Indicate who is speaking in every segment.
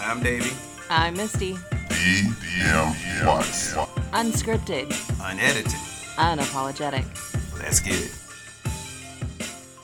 Speaker 1: I'm Davey.
Speaker 2: I'm Misty.
Speaker 3: DM Watts.
Speaker 2: Unscripted,
Speaker 1: Unedited.
Speaker 2: unapologetic.
Speaker 1: Let's get it.
Speaker 4: What's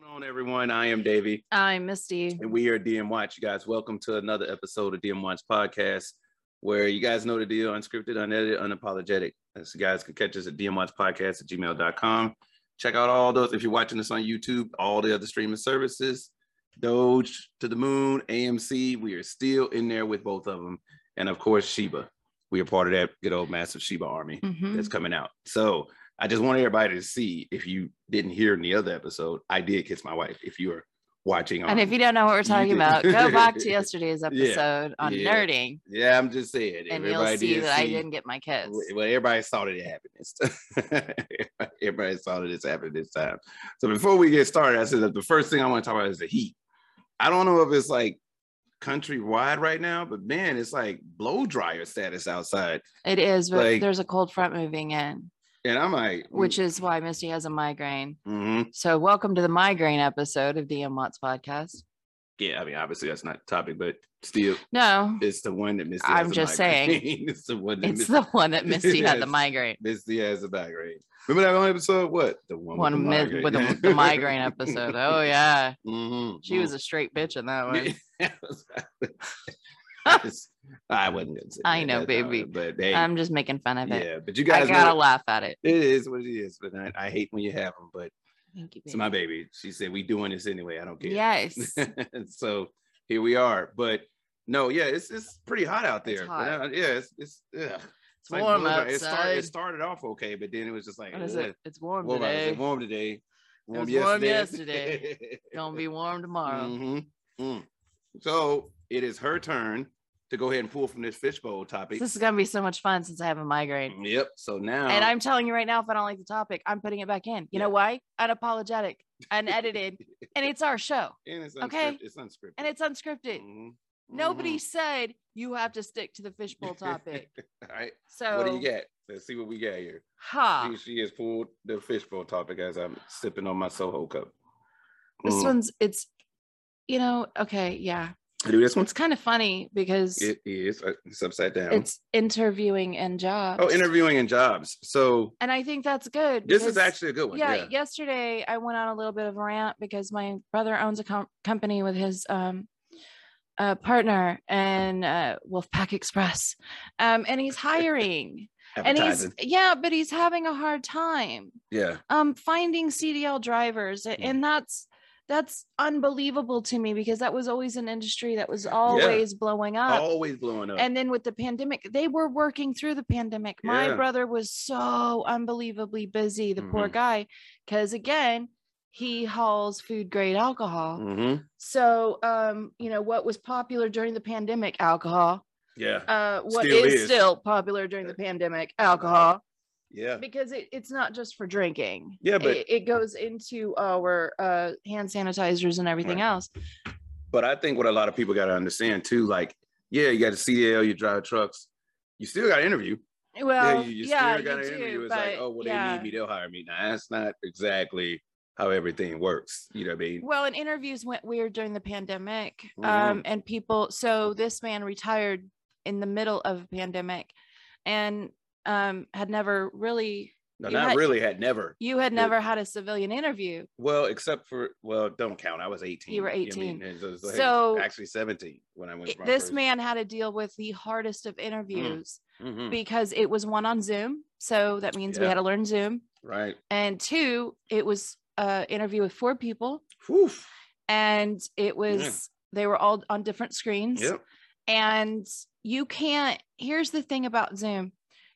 Speaker 4: going on, everyone? I am Davey,
Speaker 2: I'm Misty.
Speaker 4: and we are DM Watch. You guys, welcome to another episode of DM Watch Podcast, where you guys know the deal unscripted, unedited, unapologetic. As you guys can catch us at dmwatchpodcast at gmail.com. Check out all those. If you're watching this on YouTube, all the other streaming services, Doge to the Moon, AMC, we are still in there with both of them. And of course, Sheba. We are part of that good old massive Sheba army.
Speaker 2: Mm-hmm.
Speaker 4: that's coming out. So I just want everybody to see if you didn't hear in the other episode, I did kiss my wife. If you were watching,
Speaker 2: And if
Speaker 4: on-
Speaker 2: you don't know what we're talking
Speaker 4: did.
Speaker 2: about, go back to yesterday's episode on
Speaker 4: yeah.
Speaker 2: nerding,
Speaker 4: yeah, I'm just saying, if
Speaker 2: and you'll
Speaker 4: everybody
Speaker 2: see
Speaker 4: did
Speaker 2: that I
Speaker 4: see-
Speaker 2: didn't get my kiss.
Speaker 4: w- Well, everybody saw that it happened. This time. everybody saw that it's happened this time. So before we get started, I said that the first thing I want to talk about is the heat. I don't know if it's like countrywide right now, but man, it's like blow dryer status outside.
Speaker 2: It is, but
Speaker 4: Like- Mm.
Speaker 2: there's a cold front moving in,
Speaker 4: And I'm like,
Speaker 2: which is why Misty has a migraine.
Speaker 4: Mhm.
Speaker 2: So, welcome to the migraine episode of DM Watts podcast.
Speaker 4: yeah, I mean, obviously that's not the topic, but still,
Speaker 2: No,
Speaker 4: It's the one that Misty.
Speaker 2: I'm
Speaker 4: has a
Speaker 2: just
Speaker 4: migraine.
Speaker 2: saying.
Speaker 4: it's the one that
Speaker 2: it's
Speaker 4: Misty,
Speaker 2: the one that Misty had the
Speaker 4: Yes.
Speaker 2: migraine.
Speaker 4: Misty has a migraine. Remember that one episode? What the one,
Speaker 2: One
Speaker 4: with the
Speaker 2: mi- with the, the migraine episode. Oh yeah,
Speaker 4: Mhm,
Speaker 2: she was
Speaker 4: mhm.
Speaker 2: a straight bitch in that one.
Speaker 4: I wasn't gonna say.
Speaker 2: I
Speaker 4: that,
Speaker 2: know,
Speaker 4: that's all
Speaker 2: baby.
Speaker 4: right, But hey,
Speaker 2: I'm just making fun of it.
Speaker 4: yeah, but you
Speaker 2: I
Speaker 4: guys,
Speaker 2: gotta
Speaker 4: know,
Speaker 2: laugh at it.
Speaker 4: it is what it is. But I, I hate when you have them. But
Speaker 2: Thank you.
Speaker 4: it's my baby. She said, "We doing this anyway. I don't care."
Speaker 2: Yes.
Speaker 4: so here we are. But no, yeah, it's it's pretty hot out there.
Speaker 2: It's
Speaker 4: But,
Speaker 2: hot.
Speaker 4: uh, yeah, it's it's yeah.
Speaker 2: It's warm
Speaker 4: It,
Speaker 2: outside.
Speaker 4: started, it started off okay, but then it was just like,
Speaker 2: What is
Speaker 4: "Ugh,
Speaker 2: it? It's warm
Speaker 4: warm, out- it's
Speaker 2: today.
Speaker 4: warm today.
Speaker 2: was warm yesterday. Gonna be warm tomorrow.
Speaker 4: Mhm, mm. So it is her turn to go ahead and pull from this fishbowl topic. Mm,
Speaker 2: This is gonna be so much fun since I have a migraine.
Speaker 4: Yep. So now,
Speaker 2: And I'm telling you right now, if I don't like the topic, I'm putting it back in. You know why? Unapologetic, unedited, and it's our show,
Speaker 4: and it's
Speaker 2: okay.
Speaker 4: unscripted- It's unscripted.
Speaker 2: and it's unscripted.
Speaker 4: Mhm,
Speaker 2: Nobody
Speaker 4: mhm.
Speaker 2: said you have to stick to the fishbowl topic.
Speaker 4: Mm-hmm. All right.
Speaker 2: So, Ah.
Speaker 4: What do you got? Let's see what we got here.
Speaker 2: ha,
Speaker 4: She, she has pulled the fishbowl topic as I'm sipping on my Soho cup.
Speaker 2: this
Speaker 4: Mm.
Speaker 2: one's it's, you know, okay, yeah,
Speaker 4: Do this one.
Speaker 2: it's kind of funny because
Speaker 4: It is. uh, It's upside down.
Speaker 2: it's interviewing and jobs.
Speaker 4: oh, interviewing and jobs. So
Speaker 2: And I think that's good.
Speaker 4: this is
Speaker 2: because-
Speaker 4: actually a good one.
Speaker 2: yeah,
Speaker 4: Yeah.
Speaker 2: yesterday i went on a little bit of a rant because my brother owns a com- company with his um uh, partner and uh, wolfpack express um, and he's hiring and he's
Speaker 4: Advertising.
Speaker 2: yeah but he's having a hard time
Speaker 4: yeah.
Speaker 2: um finding cdl drivers a-
Speaker 4: Yeah.
Speaker 2: and that's that's unbelievable to me because that was always an industry that was always blowing up
Speaker 4: Always blowing up.
Speaker 2: uh, and then with the pandemic, they were working through the pandemic. My
Speaker 4: Yeah.
Speaker 2: brother was so unbelievably busy, the poor
Speaker 4: Mhm.
Speaker 2: guy, because again, he hauls food grade alcohol.
Speaker 4: Mhm.
Speaker 2: So, um, you know, what was popular during the pandemic, alcohol.
Speaker 4: Yeah.
Speaker 2: Uh, what
Speaker 4: Still
Speaker 2: is
Speaker 4: is.
Speaker 2: still popular during the pandemic, alcohol,
Speaker 4: Yeah.
Speaker 2: because it, it's not just for drinking.
Speaker 4: Yeah, but-
Speaker 2: it, it goes into our uh, hand sanitizers and everything
Speaker 4: Right.
Speaker 2: else.
Speaker 4: But I think what a lot of people got to understand too, like, yeah, you got to CDL, you drive trucks, you still got to interview.
Speaker 2: Well, yeah,
Speaker 4: you,
Speaker 2: you,
Speaker 4: you still got to interview.
Speaker 2: do,
Speaker 4: It's like,
Speaker 2: but
Speaker 4: oh, well,
Speaker 2: yeah.
Speaker 4: they need me, they'll hire me. Now that's not exactly how everything works. You know what I mean?
Speaker 2: Well, and interviews went weird during the pandemic.
Speaker 4: Mhm.
Speaker 2: Um, and people, so this man retired in the middle of a pandemic and um, had never really,
Speaker 4: No,
Speaker 2: you
Speaker 4: not
Speaker 2: had-
Speaker 4: really. Had never.
Speaker 2: you had
Speaker 4: Good.
Speaker 2: never had a civilian interview.
Speaker 4: Well, except for well, don't count. I was eighteen.
Speaker 2: You were
Speaker 4: know what
Speaker 2: 18.
Speaker 4: And so, it's like-
Speaker 2: So-
Speaker 4: actually seventeen when I went.
Speaker 2: It- this man had to deal with the hardest of interviews
Speaker 4: Mm-hmm. hmm
Speaker 2: because it was one on Zoom. So that means we
Speaker 4: Yeah.
Speaker 2: had to learn Zoom.
Speaker 4: right?
Speaker 2: And two, it was an interview with four people
Speaker 4: Whew.
Speaker 2: and it was, they were all on different screens.
Speaker 4: Yep.
Speaker 2: and you can't here's the thing about zoom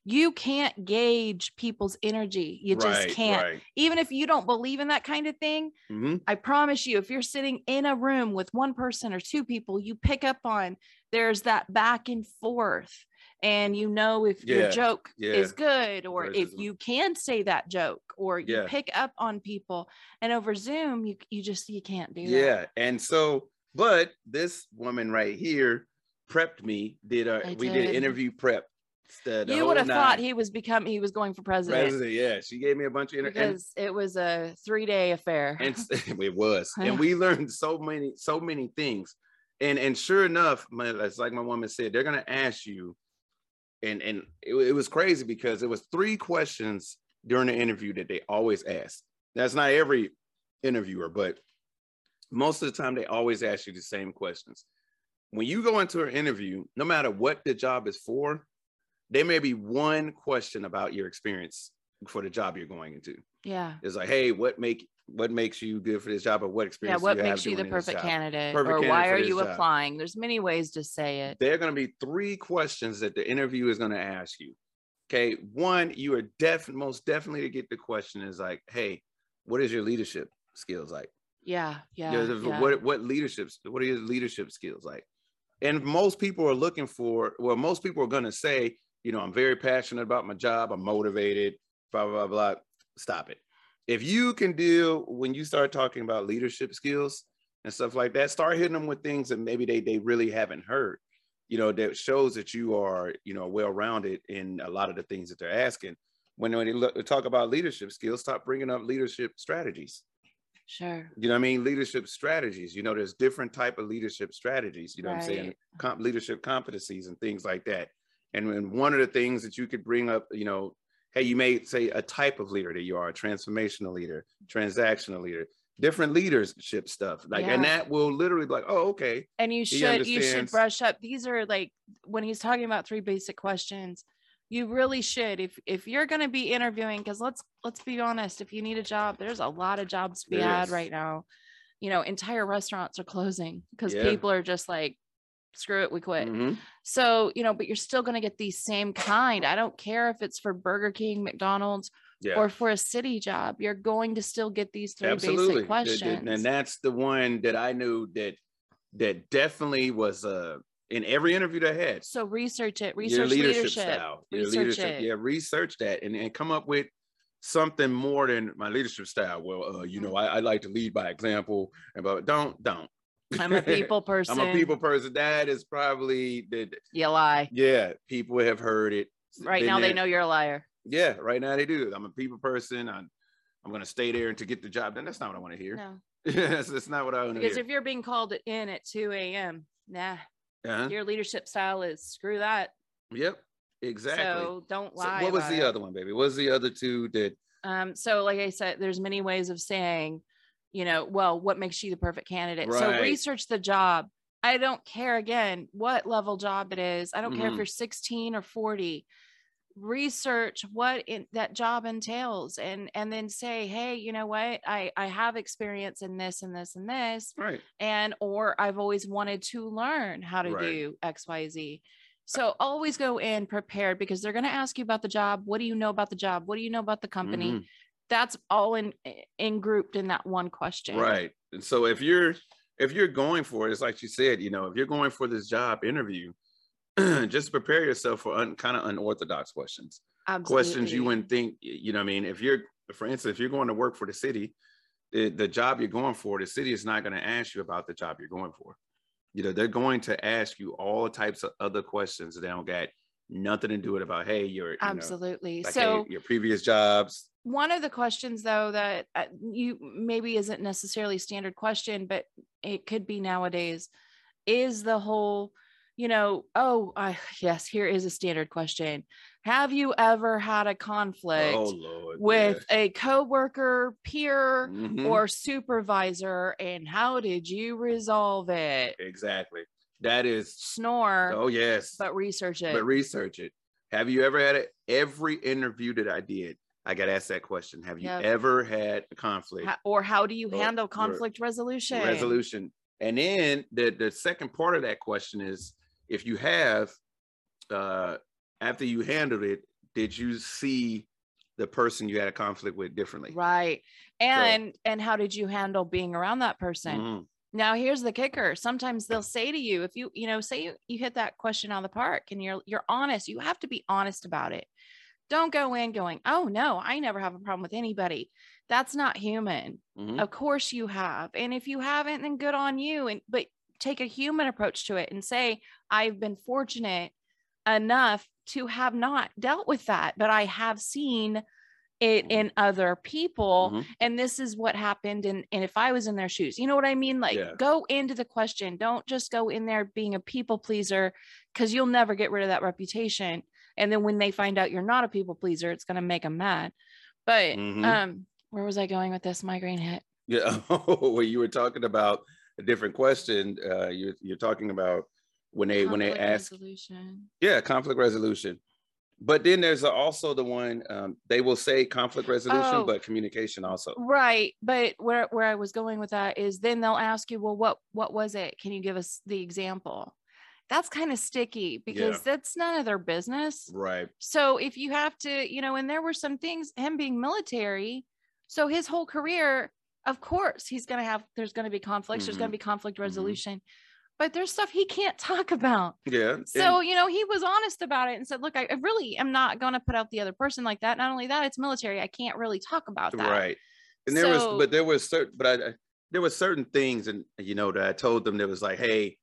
Speaker 2: you can't gauge people's energy you just
Speaker 4: Right,
Speaker 2: can't
Speaker 4: Right.
Speaker 2: even if you don't believe in that kind of thing
Speaker 4: hmm
Speaker 2: i promise you if you're sitting in a room with one person or two people you pick up on there's that back and forth and you know if your
Speaker 4: Yeah,
Speaker 2: joke
Speaker 4: yeah.
Speaker 2: is good or
Speaker 4: Or it
Speaker 2: if
Speaker 4: isn't.
Speaker 2: you can say that joke or you
Speaker 4: Yeah.
Speaker 2: pick up on people and over zoom you you just you can't do that
Speaker 4: Yeah. And so, but this woman right here prepped me. Did our
Speaker 2: I
Speaker 4: we did.
Speaker 2: did.
Speaker 4: interview prep? The- the
Speaker 2: you
Speaker 4: whole
Speaker 2: would have thought
Speaker 4: nine.
Speaker 2: he was become he was going for president
Speaker 4: President, yeah, she gave me a bunch of interviews.
Speaker 2: because it was a three day affair.
Speaker 4: and s- it was
Speaker 2: Yeah.
Speaker 4: and we learned so many so many things and and sure enough, my, it's like my woman said, they're gonna ask you, and and it, wa- it was crazy because it was three questions during the interview that they always ask. That's not every interviewer, but most of the time they always ask you the same questions. When you go into an interview, no matter what the job is for, there may be one question about your experience for the job you're going into.
Speaker 2: Yeah.
Speaker 4: It's like, hey, what make what makes you good for this job, or what
Speaker 2: Yeah.
Speaker 4: experience?
Speaker 2: What
Speaker 4: do you
Speaker 2: makes
Speaker 4: have
Speaker 2: you the
Speaker 4: doing this
Speaker 2: perfect
Speaker 4: job?
Speaker 2: candidate?
Speaker 4: Perfect
Speaker 2: or
Speaker 4: candidate
Speaker 2: why
Speaker 4: for
Speaker 2: are
Speaker 4: this
Speaker 2: you
Speaker 4: job.
Speaker 2: applying? There's many ways to say it.
Speaker 4: There are going to be three questions that the interview is going to ask you. Okay. One, you are def most definitely to get the question is like, hey, what is your leadership skills like?
Speaker 2: Yeah. Yeah.
Speaker 4: You know,
Speaker 2: yeah.
Speaker 4: What what leaderships? What are your leadership skills like? And most people are looking for. Well, most people are going to say, you know, I'm very passionate about my job. I'm motivated. Blah blah blah. blah. Stop it. If you can deal when you start talking about leadership skills and stuff like that, start hitting them with things that maybe they they really haven't heard. You know, that shows that you are you know well rounded in a lot of the things that they're asking. When when they look, talk about leadership skills, stop bringing up leadership strategies
Speaker 2: Sure.
Speaker 4: you know what i mean leadership strategies you know there's different type of leadership strategies you know what i'm saying
Speaker 2: Right.
Speaker 4: Comp- leadership competencies and things like that and when one of the things that you could bring up you know hey you may say a type of leader that you are a transformational leader transactional leader different leadership stuff like and
Speaker 2: Yeah.
Speaker 4: that will literally be like oh okay
Speaker 2: And you should you should
Speaker 4: understands.
Speaker 2: brush up. These are like when he's talking about three basic questions. You really should if if you're going to be interviewing because let's let's be honest. If you need a job, there's a lot of jobs to be
Speaker 4: There
Speaker 2: had
Speaker 4: is.
Speaker 2: right now. You know, entire restaurants are closing because
Speaker 4: Yeah.
Speaker 2: people are just like, screw it, we quit.
Speaker 4: mhm,
Speaker 2: So, you know, but you're still going to get the same kind. I don't care if it's for Burger King, McDonald's,
Speaker 4: yeah
Speaker 2: or for a city job, you're going to still get these three basic
Speaker 4: Th- th-
Speaker 2: questions.
Speaker 4: And that's the one that I knew that that definitely was uh in every interview that I had.
Speaker 2: so research
Speaker 4: your
Speaker 2: it, research
Speaker 4: leadership,
Speaker 2: leadership.
Speaker 4: style, your
Speaker 2: Research
Speaker 4: leadership.
Speaker 2: it.
Speaker 4: Yeah, research that and, and come up with something more than my leadership style. Well, uh, you know,
Speaker 2: Mm-hmm.
Speaker 4: I, I like to lead by example, and but don't don't.
Speaker 2: I'm a people person.
Speaker 4: I'm a people person. That is probably that.
Speaker 2: You lie.
Speaker 4: Yeah, people have heard it.
Speaker 2: Right
Speaker 4: Been
Speaker 2: now, they
Speaker 4: there.
Speaker 2: know you're a liar.
Speaker 4: Yeah, right now they do. I'm a people person. I'm I'm gonna stay there and to get the job done. That's not what I want to hear.
Speaker 2: No,
Speaker 4: that's, that's not what I want to
Speaker 2: because
Speaker 4: hear.
Speaker 2: if you're being called in at 2 a.m., nah,
Speaker 4: Uh-huh.
Speaker 2: your leadership style is screw that.
Speaker 4: Yep, exactly.
Speaker 2: So don't
Speaker 4: So
Speaker 2: lie.
Speaker 4: what was
Speaker 2: about
Speaker 4: the
Speaker 2: it.
Speaker 4: other one, baby? What was the other two that?
Speaker 2: Um, so like I said, there's many ways of saying, you know, well, what makes you the perfect candidate? So
Speaker 4: Right.
Speaker 2: research the job. I don't care again what level job it is. I don't care if
Speaker 4: Mhm.
Speaker 2: you're 16 or 40. Research what in, that job entails and and then say, "Hey, you know what? I I have experience in this and this and this
Speaker 4: Right.
Speaker 2: and or I've always wanted to learn how to
Speaker 4: Right. Uh
Speaker 2: do XYZ. So always go in prepared because they're going to ask you about the job. What do you know about the job? What do you know about the company?
Speaker 4: Mhm.
Speaker 2: that's all in in grouped in that one question
Speaker 4: right and so if you're if you're going for it it's like you said you know if you're going for this job interview just prepare yourself for un, kind of unorthodox questions questions you
Speaker 2: Absolutely.
Speaker 4: wouldn't think you know what i mean if you're for instance if you're going to work for the city the, the job you're going for the city is not going to ask you about the job you're going for you know they're going to ask you all types of other questions that don't got nothing to do with about hey your you know,
Speaker 2: absolutely
Speaker 4: like, hey,
Speaker 2: so
Speaker 4: your previous jobs
Speaker 2: one of the questions though that uh, you maybe isn't necessarily standard question but it could be nowadays is the whole you know oh I, yes here is a standard question have you ever had a conflict
Speaker 4: oh lord
Speaker 2: with a coworker
Speaker 4: yeah.
Speaker 2: peer
Speaker 4: Mhm.
Speaker 2: or supervisor and how did you resolve it
Speaker 4: exactly that is
Speaker 2: snore
Speaker 4: Oh yes, but,
Speaker 2: but research it
Speaker 4: research it. Have you ever had it? Every interview that I did, I got asked that question. Have you
Speaker 2: Yep.
Speaker 4: ever had a conflict
Speaker 2: Ho- or how do you
Speaker 4: Or-
Speaker 2: handle
Speaker 4: or
Speaker 2: conflict resolution?
Speaker 4: resolution? And then the the second part of that question is, if you have, uh, after you handled it, did you see the person you had a conflict with differently?
Speaker 2: Right. And and how did you handle being around that person?
Speaker 4: Mhm.
Speaker 2: Now here's the kicker. Sometimes they'll say to you, if you, you know, say you, you hit that question out of the park and you're you're honest, you have to be honest about it. Don't go in going, oh no, I never have a problem with anybody. That's not human.
Speaker 4: Mhm.
Speaker 2: Of course you have. And if you haven't, then good on you. And but take a human approach to it and say, I've been fortunate enough to have not dealt with that, but I have seen it
Speaker 4: Mhm.
Speaker 2: in other people
Speaker 4: Mhm.
Speaker 2: and this is what happened and, and if i was in their shoes you know what i mean like
Speaker 4: Yeah.
Speaker 2: go into the question don't just go in there being a people pleaser because you'll never get rid of that reputation and then when they find out you're not a people pleaser it's going to make them mad but
Speaker 4: Mhm.
Speaker 2: um where was i going with this migraine hit
Speaker 4: Yeah, when you were talking about a different question, uh, you're you're talking about when they when they
Speaker 2: Conflict
Speaker 4: ask,
Speaker 2: resolution.
Speaker 4: yeah, conflict resolution. But then there's also the one um, they will say conflict resolution,
Speaker 2: Oh.
Speaker 4: but communication also.
Speaker 2: right but where where i was going with that is then they'll ask you well what what was it can you give us the example that's kind of sticky because that's none of their business
Speaker 4: Right.
Speaker 2: so if you have to you know and there were some things him being military so his whole career of course he's going to have there's going to be conflicts there's going
Speaker 4: Mhm.
Speaker 2: to be conflict resolution but there's stuff he can't talk about
Speaker 4: Yeah. and-
Speaker 2: so, you know, he was honest about it and said, look, I I really am not going to put out the other person like that. Not only that, it's military. I can't really talk about that.
Speaker 4: right. And there
Speaker 2: So-
Speaker 4: was, but there was certain, but I, I- there were certain things, and you know that I told them that was like, hey,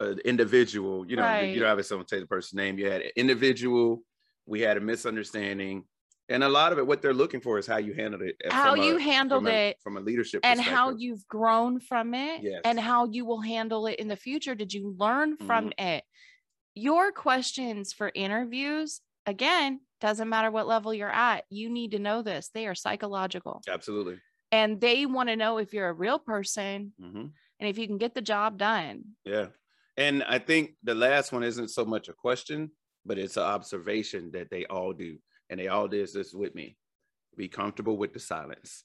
Speaker 4: an individual, you know, you- you
Speaker 2: Right.
Speaker 4: know, obviously don't say the person's name. You had an individual, we had a misunderstanding, and a lot of it, what they're looking for is how you handled it, uh,
Speaker 2: how
Speaker 4: from a-
Speaker 2: you
Speaker 4: from
Speaker 2: handled
Speaker 4: a-
Speaker 2: it
Speaker 4: from a leadership
Speaker 2: and how
Speaker 4: perspective.
Speaker 2: you've grown from it
Speaker 4: Yes. Mm-hmm.
Speaker 2: and how you will handle it in the future. Did you learn from it? Your questions for interviews, again, doesn't matter what level you're at, you need to know this. They are psychological
Speaker 4: absolutely.
Speaker 2: and they want to know if you're a real person
Speaker 4: Mhm.
Speaker 2: and if you can get the job done.
Speaker 4: Yeah, and I think the last one isn't so much a question, but it's an observation that they all do, and they all did this with me. Be comfortable with the silence.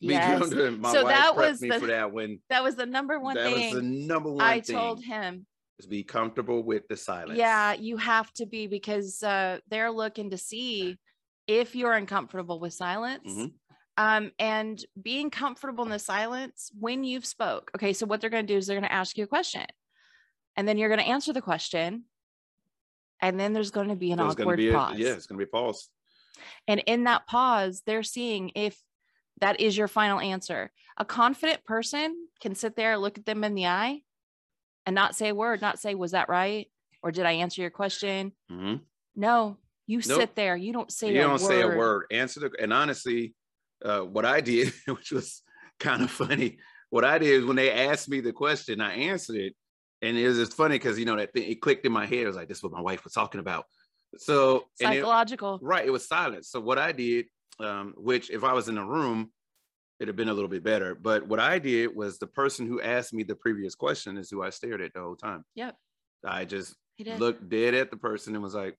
Speaker 4: Me,
Speaker 2: Yes.
Speaker 4: my
Speaker 2: So
Speaker 4: wife
Speaker 2: that
Speaker 4: prepped
Speaker 2: was
Speaker 4: me
Speaker 2: the-
Speaker 4: for that when
Speaker 2: That was the number one
Speaker 4: that was
Speaker 2: thing.
Speaker 4: the number one
Speaker 2: I
Speaker 4: thing
Speaker 2: told him,
Speaker 4: is be comfortable with the silence.
Speaker 2: yeah, you have to be because uh, they're looking to see if you're uncomfortable with silence.
Speaker 4: Mhm.
Speaker 2: Um, and being comfortable in the silence when you've spoke. Okay, so what they're going to do is they're going to ask you a question, and then you're going to answer the question, and then there's going to be an
Speaker 4: There's gonna
Speaker 2: awkward
Speaker 4: be a,
Speaker 2: pause.
Speaker 4: yeah, it's gonna be a pause.
Speaker 2: And in that pause, they're seeing if that is your final answer. A confident person can sit there, look at them in the eye, and not say a word, not say, Was that right? Or did I answer your question?
Speaker 4: Mhm.
Speaker 2: No, you
Speaker 4: Nope.
Speaker 2: sit there. You don't say
Speaker 4: You
Speaker 2: a
Speaker 4: don't
Speaker 2: word.
Speaker 4: say a word. Answer the and honestly, uh, what I did, which was kind of funny, what I did is when they asked me the question, I answered it, and it was just funny because you know that thing it clicked in my head. It was like this is what my wife was talking about. So and it,
Speaker 2: Psychological.
Speaker 4: Right. It was silence. So what I did, um, which if I was in the room, it'd have been a little bit better. But what I did was the person who asked me the previous question is who I stared at the whole time.
Speaker 2: Yep.
Speaker 4: I just
Speaker 2: He did.
Speaker 4: looked dead at the person and was like,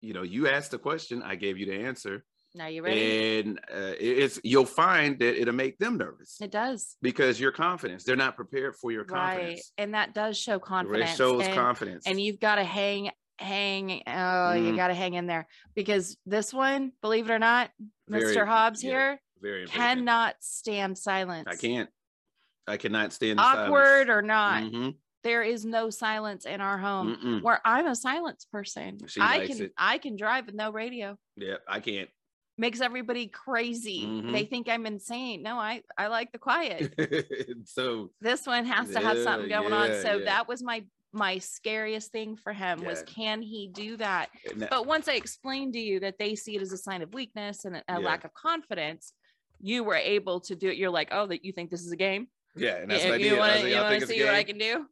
Speaker 4: you know, you asked the question, I gave you the answer,
Speaker 2: now you ready?
Speaker 4: and uh, it- it's you'll find that it'll make them nervous
Speaker 2: it does.
Speaker 4: because your confidence. They're not prepared for your
Speaker 2: Right.
Speaker 4: confidence.
Speaker 2: And that does show confidence.
Speaker 4: It shows
Speaker 2: and,
Speaker 4: confidence.
Speaker 2: and you've got to hang, hang, oh, you
Speaker 4: Mhm.
Speaker 2: got to hang in there because this one, believe it or not,
Speaker 4: Very-
Speaker 2: Mr. Hobbs
Speaker 4: yeah,
Speaker 2: here,
Speaker 4: very important.
Speaker 2: cannot stand silence.
Speaker 4: I can't. I cannot stand the silence.
Speaker 2: Awkward or not, Oh.
Speaker 4: Mhm.
Speaker 2: there is no silence in our home.
Speaker 4: Mm-mm.
Speaker 2: Where I'm a silence person,
Speaker 4: She
Speaker 2: I
Speaker 4: likes
Speaker 2: can
Speaker 4: it.
Speaker 2: I can drive with no radio.
Speaker 4: Yeah, I can't.
Speaker 2: Makes everybody crazy.
Speaker 4: Mm-hmm.
Speaker 2: They think I'm insane. No, I I like the quiet.
Speaker 4: so
Speaker 2: this one has to have
Speaker 4: Yeah,
Speaker 2: something going on.
Speaker 4: yeah,
Speaker 2: So
Speaker 4: yeah.
Speaker 2: that was my my scariest thing for him was
Speaker 4: Yeah.
Speaker 2: can he do that?
Speaker 4: and that-
Speaker 2: But once I explained to you that they see it as a sign of weakness and a, a
Speaker 4: Yeah.
Speaker 2: lack of confidence, you were able to do it. You're like, oh, that you think this is a game?
Speaker 4: yeah, and that's
Speaker 2: you
Speaker 4: what I
Speaker 2: you
Speaker 4: did. I was
Speaker 2: wanna-
Speaker 4: like,
Speaker 2: you
Speaker 4: "Y'all
Speaker 2: wanna
Speaker 4: think it's a
Speaker 2: see what I
Speaker 4: game?"
Speaker 2: can do?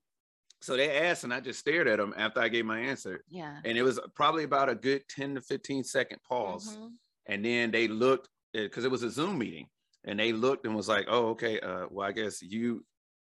Speaker 4: So they asked, and I just stared at them after I gave my answer,
Speaker 2: Yeah.
Speaker 4: and it was probably about a good ten to fifteen second pause,
Speaker 2: Mhm.
Speaker 4: and then they looked because it was a Zoom meeting, and they looked and was like, "Oh, okay. Uh, well, I guess you,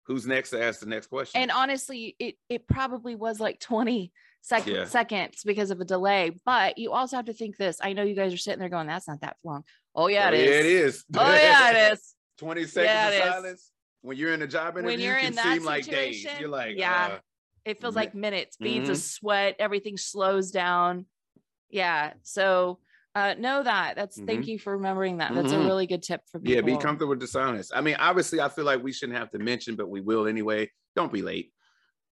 Speaker 4: who's next to ask the next question?"
Speaker 2: And honestly, it it probably was like 20 sec-
Speaker 4: Yeah.
Speaker 2: seconds because of a delay. But you also have to think this. I know you guys are sitting there going, that's not that long. Oh yeah,
Speaker 4: Oh,
Speaker 2: it is.
Speaker 4: Yeah, it is.
Speaker 2: Oh yeah, it is.
Speaker 4: Twenty seconds
Speaker 2: Yeah,
Speaker 4: of
Speaker 2: it is.
Speaker 4: silence. When you're in a job
Speaker 2: When
Speaker 4: interview,
Speaker 2: you're
Speaker 4: can
Speaker 2: in that
Speaker 4: seem like days.
Speaker 2: situation,
Speaker 4: You're like,
Speaker 2: yeah.
Speaker 4: uh,
Speaker 2: It feels
Speaker 4: Mi-
Speaker 2: like minutes, beads
Speaker 4: Mm-hmm.
Speaker 2: of sweat, everything slows down. Yeah. So uh know that. That's thank you for remembering that. That's a
Speaker 4: Mhm.
Speaker 2: really good tip for people.
Speaker 4: Mm-hmm. Yeah, be comfortable with the silence. I mean, obviously, I feel like we shouldn't have to mention, but we will anyway. Don't be late.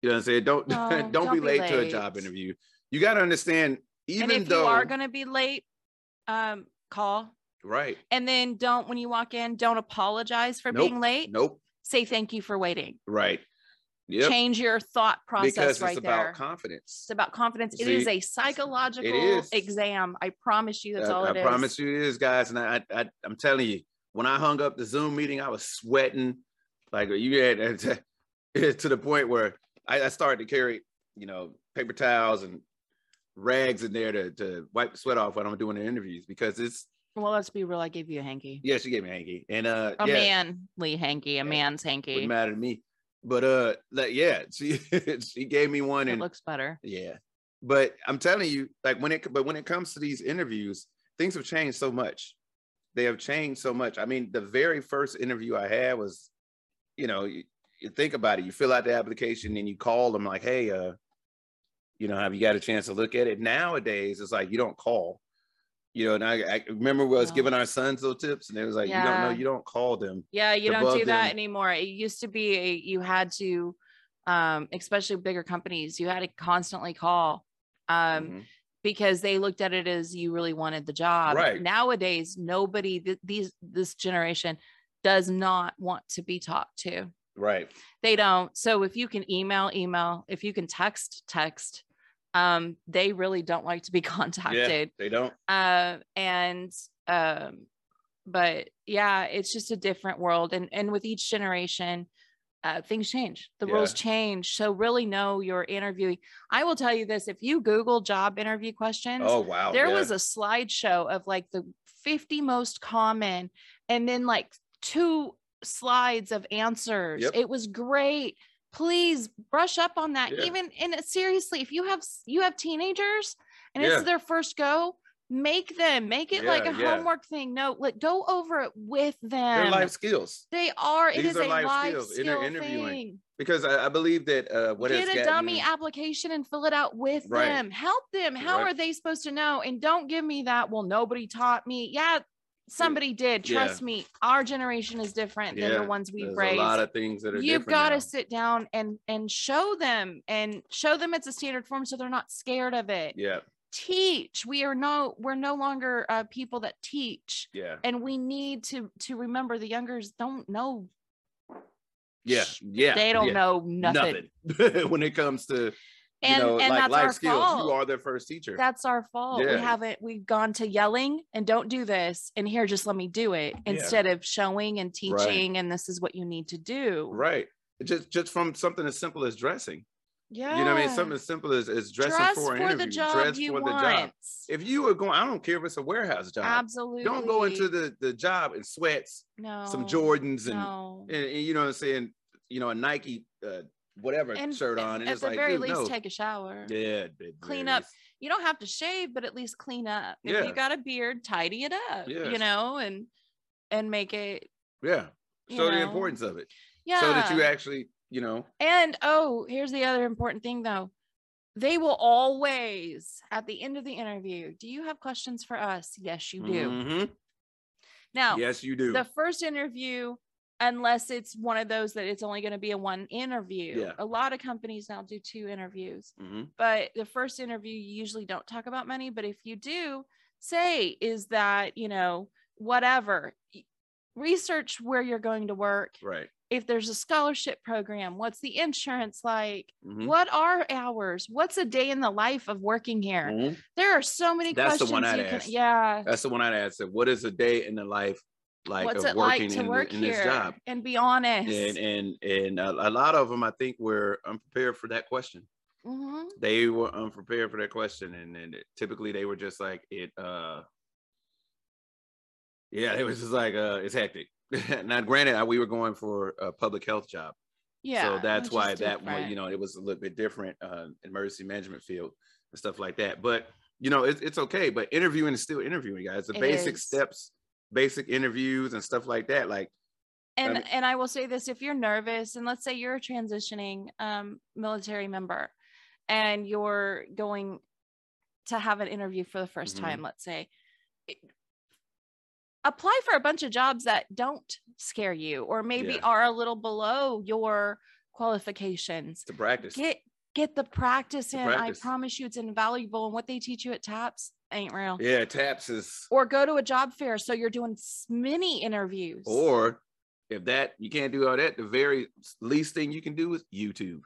Speaker 4: You know what I'm saying? Don't
Speaker 2: No,
Speaker 4: don't,
Speaker 2: don't
Speaker 4: be
Speaker 2: be
Speaker 4: late, to a job
Speaker 2: late.
Speaker 4: interview. You got to understand, even
Speaker 2: and if
Speaker 4: though
Speaker 2: you are gonna be late, um, call.
Speaker 4: right?
Speaker 2: And then don't when you walk in, don't apologize for
Speaker 4: Nope.
Speaker 2: being late.
Speaker 4: Nope.
Speaker 2: Say thank you for waiting.
Speaker 4: Right. Yep.
Speaker 2: change your thought process
Speaker 4: because it's
Speaker 2: right
Speaker 4: about
Speaker 2: there.
Speaker 4: confidence.
Speaker 2: it's about confidence. It
Speaker 4: See,
Speaker 2: is a psychological
Speaker 4: is.
Speaker 2: exam. I promise you, that's
Speaker 4: I,
Speaker 2: all
Speaker 4: I
Speaker 2: it is.
Speaker 4: promise you it is, guys. And I, I, I'm telling you, when I hung up the Zoom meeting, I was sweating. Like you had to the point where I, I started to carry, you know, paper towels and rags in there to, to wipe the sweat off when I'm doing the interviews because it's
Speaker 2: Well, let's be real. I gave you a hanky,
Speaker 4: yeah, she gave me a hanky. And uh
Speaker 2: a
Speaker 4: yeah,
Speaker 2: manly hanky, a man's hanky.
Speaker 4: wouldn't matter to me. But uh like yeah, she she gave me one
Speaker 2: It
Speaker 4: and
Speaker 2: looks better.
Speaker 4: Yeah. But I'm telling you, like when it but when it comes to these interviews, things have changed so much. They have changed so much. I mean, the very first interview I had was, you know, you, you think about it, you fill out the application and you call them like, hey, uh, you know, have you got a chance to look at it? Nowadays, it's like you don't call. You know, and I, I remember when I was
Speaker 2: No.
Speaker 4: giving our sons little tips, and it was like, you don't know,
Speaker 2: Yeah.
Speaker 4: you don't call them.
Speaker 2: Yeah, you
Speaker 4: to
Speaker 2: don't do
Speaker 4: bug
Speaker 2: that
Speaker 4: them.
Speaker 2: anymore. It used to be a, you had to, um, especially bigger companies, you had to constantly call um,
Speaker 4: Mhm.
Speaker 2: because they looked at it as you really wanted the job.
Speaker 4: Right.
Speaker 2: Nowadays, nobody, th- these this generation does not want to be talked to.
Speaker 4: Right.
Speaker 2: They don't. So if you can email, email. If you can text, text. Um, they really don't like to be
Speaker 4: Yeah,
Speaker 2: contacted
Speaker 4: they don't.
Speaker 2: uh, and um, but yeah, it's just a different world, and and with each generation, uh, things change. The rules
Speaker 4: Yeah.
Speaker 2: change. So really know your interviewing. I will tell you this: if you Google job interview questions,
Speaker 4: Oh wow.
Speaker 2: there
Speaker 4: yeah.
Speaker 2: was a slideshow of like the 50 most common, and then like two slides of answers.
Speaker 4: Yep.
Speaker 2: It was great. Please brush up on that.
Speaker 4: Yeah.
Speaker 2: Even and it- seriously, if you have s- you have teenagers and
Speaker 4: Yeah.
Speaker 2: it's their first go, make them make it like
Speaker 4: Yeah,
Speaker 2: a
Speaker 4: yeah.
Speaker 2: homework thing. No, like go over it with
Speaker 4: their
Speaker 2: them.
Speaker 4: life skills.
Speaker 2: they are. It
Speaker 4: these
Speaker 2: is
Speaker 4: are
Speaker 2: a
Speaker 4: life
Speaker 2: life,
Speaker 4: skills, inter-
Speaker 2: skill
Speaker 4: interviewing.
Speaker 2: thing.
Speaker 4: because I, I believe that uh, what
Speaker 2: Get
Speaker 4: has
Speaker 2: a dummy
Speaker 4: gotten-
Speaker 2: application and fill it out with
Speaker 4: Right.
Speaker 2: them. Help them. How
Speaker 4: Right.
Speaker 2: are they supposed to know? And don't give me that. Well, nobody taught me. Yeah, somebody did.
Speaker 4: Yeah.
Speaker 2: Trust me. Our generation is different than
Speaker 4: Yeah,
Speaker 2: the ones we've
Speaker 4: there's
Speaker 2: raised.
Speaker 4: a lot of things that are
Speaker 2: You've
Speaker 4: different
Speaker 2: got
Speaker 4: now.
Speaker 2: to sit down and and show them and show them it's a standard form so they're not scared of it.
Speaker 4: yeah
Speaker 2: Teach. We are no we're no longer uh, people that teach,
Speaker 4: yeah
Speaker 2: and we need to to remember the youngers don't know.
Speaker 4: yeah
Speaker 2: Sh-
Speaker 4: yeah
Speaker 2: they don't
Speaker 4: yeah,
Speaker 2: know nothing.
Speaker 4: when it comes to you
Speaker 2: And
Speaker 4: know
Speaker 2: and
Speaker 4: like
Speaker 2: that's
Speaker 4: life
Speaker 2: our
Speaker 4: skills
Speaker 2: fault.
Speaker 4: you are their first teacher
Speaker 2: That's our fault.
Speaker 4: Yeah.
Speaker 2: We haven't we've gone to yelling and don't do this and here just let me do it
Speaker 4: Yeah.
Speaker 2: instead of showing and teaching and this is what you need to do.
Speaker 4: right just just from something as simple as dressing
Speaker 2: Yeah.
Speaker 4: you know what i mean something as simple as, as dressing
Speaker 2: dress
Speaker 4: for
Speaker 2: for,
Speaker 4: an
Speaker 2: the
Speaker 4: interview
Speaker 2: job
Speaker 4: dress
Speaker 2: you
Speaker 4: for the
Speaker 2: want.
Speaker 4: job if you are going i don't care if it's a warehouse job
Speaker 2: Absolutely. Oh,
Speaker 4: don't go into the the job in sweats
Speaker 2: no,
Speaker 4: some jordans and,
Speaker 2: no.
Speaker 4: and, and you know what i'm saying you know a nike uh, whatever shirt on and
Speaker 2: at
Speaker 4: it's
Speaker 2: the
Speaker 4: like
Speaker 2: very
Speaker 4: dude,
Speaker 2: least
Speaker 4: no.
Speaker 2: take a shower.
Speaker 4: yeah at the
Speaker 2: Clean
Speaker 4: very
Speaker 2: up You don't have to shave, but at least clean up. If
Speaker 4: Yeah.
Speaker 2: you got a beard, tidy it up, you
Speaker 4: Yes.
Speaker 2: know, and and make it
Speaker 4: least. yeah
Speaker 2: you
Speaker 4: show the
Speaker 2: know.
Speaker 4: importance of it
Speaker 2: Yeah.
Speaker 4: so that you actually you know
Speaker 2: And oh, here's the other important thing though. They will always, at the end of the interview, do you have questions for us? Yes, you do.
Speaker 4: Mhm.
Speaker 2: Now,
Speaker 4: yes you do
Speaker 2: the first interview, unless it's one of those that it's only going to be a one interview,
Speaker 4: Yeah.
Speaker 2: a lot of companies now do two interviews,
Speaker 4: Mhm.
Speaker 2: but the first interview, you usually don't talk about money. But if you do, say, is that, you know, whatever. Y- Research where you're going to work.
Speaker 4: right
Speaker 2: If there's a scholarship program, what's the insurance like?
Speaker 4: Mhm.
Speaker 2: What are hours? What's a day in the life of working here?
Speaker 4: Mhm.
Speaker 2: There are so many
Speaker 4: That's the
Speaker 2: questions
Speaker 4: one I'd
Speaker 2: you can.
Speaker 4: ask.
Speaker 2: Yeah.
Speaker 4: that's the one i'd ask what is a day in the life like
Speaker 2: What's
Speaker 4: of
Speaker 2: it
Speaker 4: working
Speaker 2: like to
Speaker 4: in,
Speaker 2: work
Speaker 4: the, in
Speaker 2: here
Speaker 4: this job
Speaker 2: and be honest?
Speaker 4: and and and a, a lot of them i think were unprepared for that question
Speaker 2: Mhm.
Speaker 4: they were unprepared for that question and then typically they were just like it uh yeah it was just like uh it's hectic now granted I, we were going for a public health job
Speaker 2: Yeah.
Speaker 4: so that's
Speaker 2: which
Speaker 4: why
Speaker 2: is
Speaker 4: that one,
Speaker 2: different.
Speaker 4: you know, it was a little bit different uh, emergency management field and stuff like that. But you know, it's it's okay. But interviewing is still interviewing, guys. The
Speaker 2: It
Speaker 4: basic
Speaker 2: is.
Speaker 4: steps, basic interviews and stuff like that. Like,
Speaker 2: And
Speaker 4: mean-
Speaker 2: and I will say this: if you're nervous, and let's say you're a transitioning um, military member, and you're going to have an interview for the 1st
Speaker 4: Mhm.
Speaker 2: time, let's say, it- apply for a bunch of jobs that don't scare you, or maybe
Speaker 4: Yeah.
Speaker 2: are a little below your qualifications.
Speaker 4: to practice.
Speaker 2: Get get the practice
Speaker 4: The
Speaker 2: in.
Speaker 4: practice.
Speaker 2: I promise you, it's invaluable. And what they teach you at TAPS ain't real.
Speaker 4: yeah, taps is
Speaker 2: Or go to a job fair, so you're doing s- many interviews.
Speaker 4: or If that you can't do all that, the very least thing you can do is YouTube.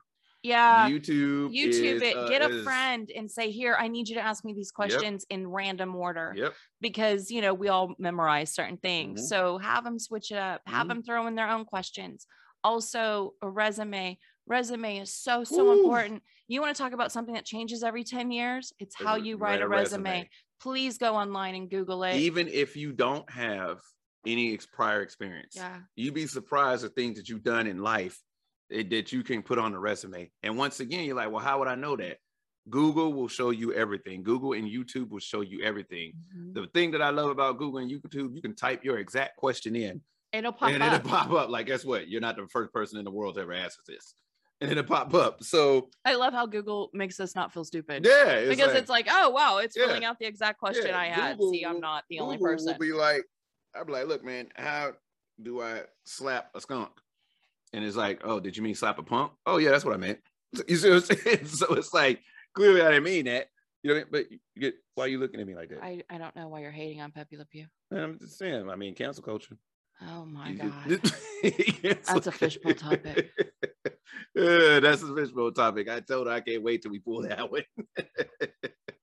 Speaker 2: Yeah.
Speaker 4: YouTube.
Speaker 2: Uh, YouTube
Speaker 4: is,
Speaker 2: it,
Speaker 4: uh,
Speaker 2: get a
Speaker 4: is-
Speaker 2: friend and say, Here, I need you to ask me these questions in random order
Speaker 4: Yep.
Speaker 2: because, you know, we all memorize certain things.
Speaker 4: Mhm.
Speaker 2: So have them switch it up, have
Speaker 4: Mhm.
Speaker 2: them throw in their own questions. Also, a resume. Resume is so, so
Speaker 4: Ooh.
Speaker 2: important. You want to talk about something that changes every 10 years? It's how you write a resume. Please go online and Google it.
Speaker 4: Even if you don't have any ex- prior experience,
Speaker 2: yeah.
Speaker 4: you'd be surprised at things that you've done in life that that you can put on a resume. And once again, you're like, well, how would I know that? Google will show you everything. Google and YouTube will show you everything. The thing that I love about Google and YouTube, you can type your exact question in
Speaker 2: It'll pop
Speaker 4: and
Speaker 2: up.
Speaker 4: it'll pop up. Like, guess what? You're not the first person in the world to ever ask us this. And it'll pop up. So
Speaker 2: I love how Google makes us not feel stupid.
Speaker 4: yeah, it's
Speaker 2: because it's like, oh wow, it's
Speaker 4: Yeah.
Speaker 2: filling out the exact question
Speaker 4: Yeah,
Speaker 2: I had.
Speaker 4: Google
Speaker 2: See, I'm
Speaker 4: will-
Speaker 2: not the only
Speaker 4: Google
Speaker 2: person.
Speaker 4: Will be like, I'd be like, look, man, how do I slap a skunk? And it's like, oh, did you mean slap a punk? Oh yeah, that's what I meant. You see what I'm saying? So it's like clearly I didn't mean that. You know, what I mean? but you get why are you looking at me like that?
Speaker 2: I, I don't know why you're hating on Pepe Le Pew.
Speaker 4: And I'm just saying. I mean, cancel culture.
Speaker 2: Oh my
Speaker 4: You
Speaker 2: god.
Speaker 4: just- Cancel-
Speaker 2: That's a fishbowl topic.
Speaker 4: Yeah, that's a fishbowl topic. I told her I can't wait till we pull that one.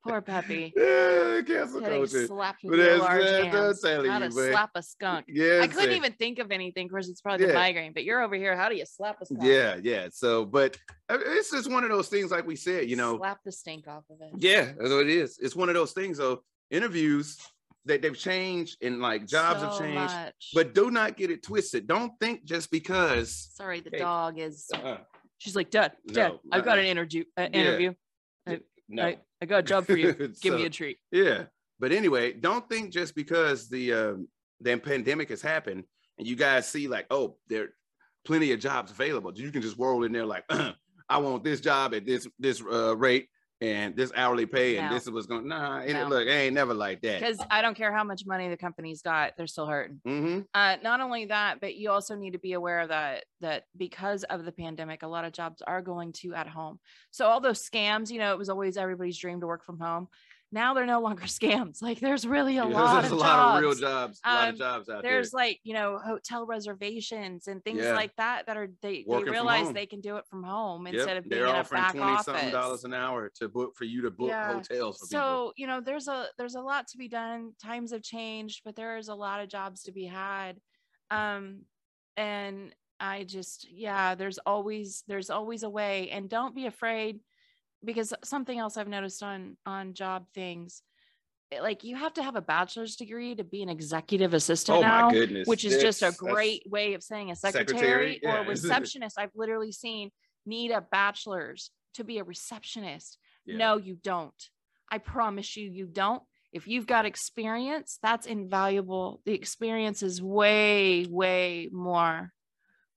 Speaker 2: Poor Peppy.
Speaker 4: Yeah, cancel
Speaker 2: Getting
Speaker 4: culture.
Speaker 2: slapped
Speaker 4: But
Speaker 2: with your
Speaker 4: that's,
Speaker 2: large
Speaker 4: that's what I'm
Speaker 2: hands.
Speaker 4: telling
Speaker 2: How to
Speaker 4: you, man.
Speaker 2: slap a skunk.
Speaker 4: Yeah,
Speaker 2: I
Speaker 4: I'm
Speaker 2: couldn't
Speaker 4: saying.
Speaker 2: even think of anything. Of course, it's probably the
Speaker 4: Yeah.
Speaker 2: migraine, but you're over here. How do you slap a skunk?
Speaker 4: Yeah, yeah. So, but I mean, it's just one of those things, like we said, you know.
Speaker 2: slap the stink off of it.
Speaker 4: Yeah, that's what it is. It's one of those things. Though interviews that they've changed and like jobs have
Speaker 2: So
Speaker 4: changed,
Speaker 2: much.
Speaker 4: but do not get it twisted. Don't think just because.
Speaker 2: sorry, the
Speaker 4: Hey.
Speaker 2: dog is.
Speaker 4: Uh,
Speaker 2: She's like, Dad, Dad,
Speaker 4: No,
Speaker 2: I've got
Speaker 4: uh-uh.
Speaker 2: an interview. Uh,
Speaker 4: Yeah.
Speaker 2: interview.
Speaker 4: no.
Speaker 2: I, I got a job for you. Give
Speaker 4: So-
Speaker 2: me a treat.
Speaker 4: Yeah, but anyway, don't think just because the um, the pandemic has happened and you guys see like, oh, there are plenty of jobs available. You can just roll in there like, I want this job at this this uh, rate and this hourly pay and
Speaker 2: No.
Speaker 4: this is what's going. Nah, ain't
Speaker 2: No.
Speaker 4: it, look, it ain't never like that.
Speaker 2: because I don't care how much money the company's got, they're still hurting.
Speaker 4: hmm
Speaker 2: Uh, not only that, but you also need to be aware that that because of the pandemic, a lot of jobs are going to at home. So all those scams, you know, it was always everybody's dream to work from home. Now they're no longer scams. Like there's really a lot
Speaker 4: there's
Speaker 2: of
Speaker 4: a lot of
Speaker 2: jobs.
Speaker 4: real jobs, a lot
Speaker 2: Um,
Speaker 4: of jobs out there.
Speaker 2: There's like you know hotel reservations and things
Speaker 4: Yeah.
Speaker 2: like that that are they, they
Speaker 4: Working from
Speaker 2: realize
Speaker 4: home.
Speaker 2: they can do it from home
Speaker 4: Yep,
Speaker 2: instead of being
Speaker 4: they're
Speaker 2: in a
Speaker 4: offering
Speaker 2: back
Speaker 4: twenty something
Speaker 2: office.
Speaker 4: dollars an hour to book for you to book
Speaker 2: Yeah.
Speaker 4: hotels for people.
Speaker 2: so you know there's a there's a lot to be done times have changed but there is a lot of jobs to be had um and i just yeah there's always there's always a way and don't be afraid because something else i've noticed on on job things it- like you have to have a bachelor's degree to be an executive assistant
Speaker 4: Oh
Speaker 2: now
Speaker 4: my goodness,
Speaker 2: which is just a
Speaker 4: that's- that's-
Speaker 2: great way of saying a secretary,
Speaker 4: Secretary,
Speaker 2: or
Speaker 4: yeah.
Speaker 2: receptionist i've literally seen need a bachelor's to be a receptionist
Speaker 4: yeah.
Speaker 2: no, you don't. I promise you, you don't. If you've got experience, that's invaluable. The experience is way, way more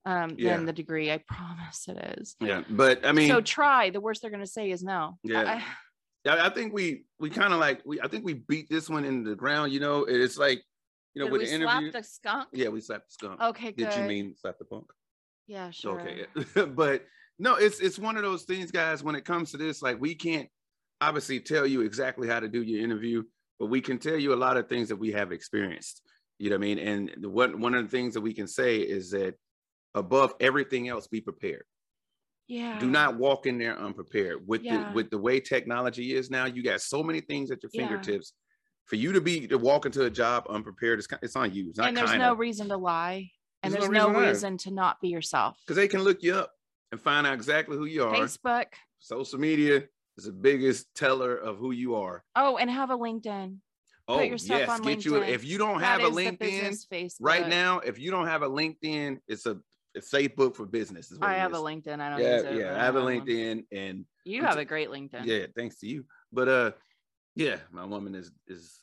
Speaker 2: um,
Speaker 4: Yeah.
Speaker 2: than the degree. I promise it is.
Speaker 4: yeah, but I mean,
Speaker 2: so try. The worst they're going to say is no. I-
Speaker 4: Yeah.
Speaker 2: I-
Speaker 4: I, I think we we kind of like we I think we beat this one in the ground. You know, it's like you know
Speaker 2: did
Speaker 4: with
Speaker 2: we
Speaker 4: the interview.
Speaker 2: slap the skunk?
Speaker 4: yeah, we slapped the skunk.
Speaker 2: Okay, good.
Speaker 4: Did you mean slap the punk?
Speaker 2: Yeah, sure.
Speaker 4: Okay, yeah. but no, it's it's one of those things, guys. When it comes to this, like we can't obviously tell you exactly how to do your interview, but we can tell you a lot of things that we have experienced. You know what I mean? And the one one of the things that we can say is that above everything else, be prepared.
Speaker 2: Yeah.
Speaker 4: do not walk in there unprepared with
Speaker 2: Yeah.
Speaker 4: the with the way technology is now you got so many things at your
Speaker 2: Yeah.
Speaker 4: fingertips for you to be to walk into a job unprepared it's, ki- it's on you it's not
Speaker 2: And there's
Speaker 4: kind
Speaker 2: no
Speaker 4: of
Speaker 2: reason to lie. And
Speaker 4: There's
Speaker 2: there's,
Speaker 4: no
Speaker 2: no,
Speaker 4: reason to lie.
Speaker 2: reason to not be yourself.
Speaker 4: because they can look you up and find out exactly who you are
Speaker 2: Facebook.
Speaker 4: social media is the biggest teller of who you are
Speaker 2: Oh, and have a LinkedIn.
Speaker 4: oh
Speaker 2: your stuff
Speaker 4: yes
Speaker 2: on
Speaker 4: get you
Speaker 2: LinkedIn.
Speaker 4: if you don't
Speaker 2: That
Speaker 4: have a
Speaker 2: is the
Speaker 4: linkedin
Speaker 2: business Facebook.
Speaker 4: right now if you don't have a linkedin it's a it's facebook for business is what
Speaker 2: I
Speaker 4: it
Speaker 2: have a
Speaker 4: is.
Speaker 2: LinkedIn. I don't use
Speaker 4: yeah
Speaker 2: it. but
Speaker 4: yeah i have a
Speaker 2: one.
Speaker 4: linkedin and
Speaker 2: You
Speaker 4: It's
Speaker 2: have
Speaker 4: a-
Speaker 2: a great LinkedIn.
Speaker 4: Yeah, thanks to you. But uh yeah, my woman is is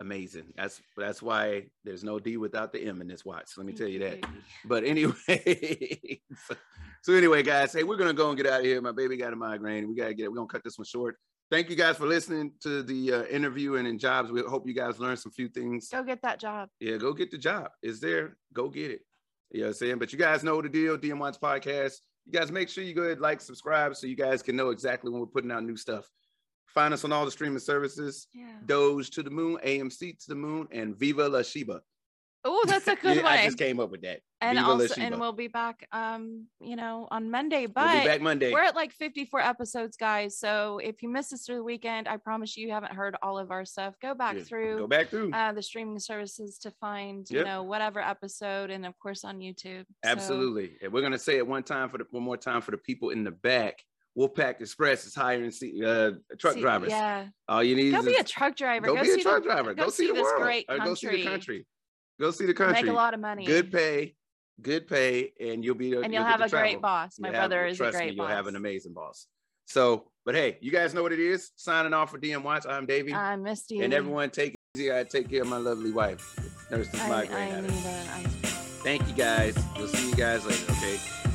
Speaker 4: amazing. That's that's why there's no D without the M in this watch. Let me tell you that. But anyway, so, so anyway, guys, hey, we're gonna go and get out of here. My baby got a migraine. We gotta get it. We're gonna cut this one short. Thank you guys for listening to the uh, interview and in jobs. We hope you guys learned some few things.
Speaker 2: Go get that job.
Speaker 4: Yeah, go get the job. It's there. Go get it. You know what I'm saying? But you guys know the deal, DM Watch Podcast. You guys make sure you go ahead, like, subscribe so you guys can know exactly when we're putting out new stuff. Find us on all the streaming services
Speaker 2: Yeah.
Speaker 4: Doge to the Moon, AMC to the Moon, and Viva La Shiba.
Speaker 2: Oh, that's a good
Speaker 4: Yeah, I
Speaker 2: one.
Speaker 4: just came up with that.
Speaker 2: And
Speaker 4: Viva La
Speaker 2: also,
Speaker 4: Shiva.
Speaker 2: and we'll be back, um, you know, on Monday.
Speaker 4: We'll be
Speaker 2: But
Speaker 4: back Monday.
Speaker 2: we're at like 54 episodes, guys. So if you missed us through the weekend, I promise you, you haven't heard all of our stuff. Go back
Speaker 4: Yeah,
Speaker 2: through
Speaker 4: Go back through.
Speaker 2: uh, the streaming services to find, you
Speaker 4: Yep.
Speaker 2: know, whatever episode, and of course on YouTube. So-
Speaker 4: Absolutely. And we're gonna say it one time for the one more time for the people in the back. Wolfpack Express is hiring se- uh, truck
Speaker 2: See-
Speaker 4: drivers.
Speaker 2: Yeah,
Speaker 4: All you need
Speaker 2: go
Speaker 4: is
Speaker 2: be a truck driver.
Speaker 4: go, be a
Speaker 2: see
Speaker 4: truck
Speaker 2: the,
Speaker 4: driver. Go, see, the
Speaker 2: this
Speaker 4: world.
Speaker 2: great
Speaker 4: Or go see the
Speaker 2: country.
Speaker 4: country. Go see the country.
Speaker 2: Make a lot of money.
Speaker 4: Good pay, good pay, and you'll be
Speaker 2: and you'll,
Speaker 4: get
Speaker 2: have
Speaker 4: to
Speaker 2: a
Speaker 4: travel.
Speaker 2: great boss. My
Speaker 4: You'll have-
Speaker 2: brother is a
Speaker 4: trust
Speaker 2: great
Speaker 4: me,
Speaker 2: boss.
Speaker 4: You'll have an amazing boss. So, but hey, you guys know what it is. Signing off for DM Watch. I'm Davey,
Speaker 2: I missed you.
Speaker 4: and everyone take it easy. I take care of my lovely wife, nurse this
Speaker 2: I,
Speaker 4: migraine.
Speaker 2: I
Speaker 4: at her.
Speaker 2: need an ice cream.
Speaker 4: Thank you guys. We'll see you guys later. Okay. Mm-hmm.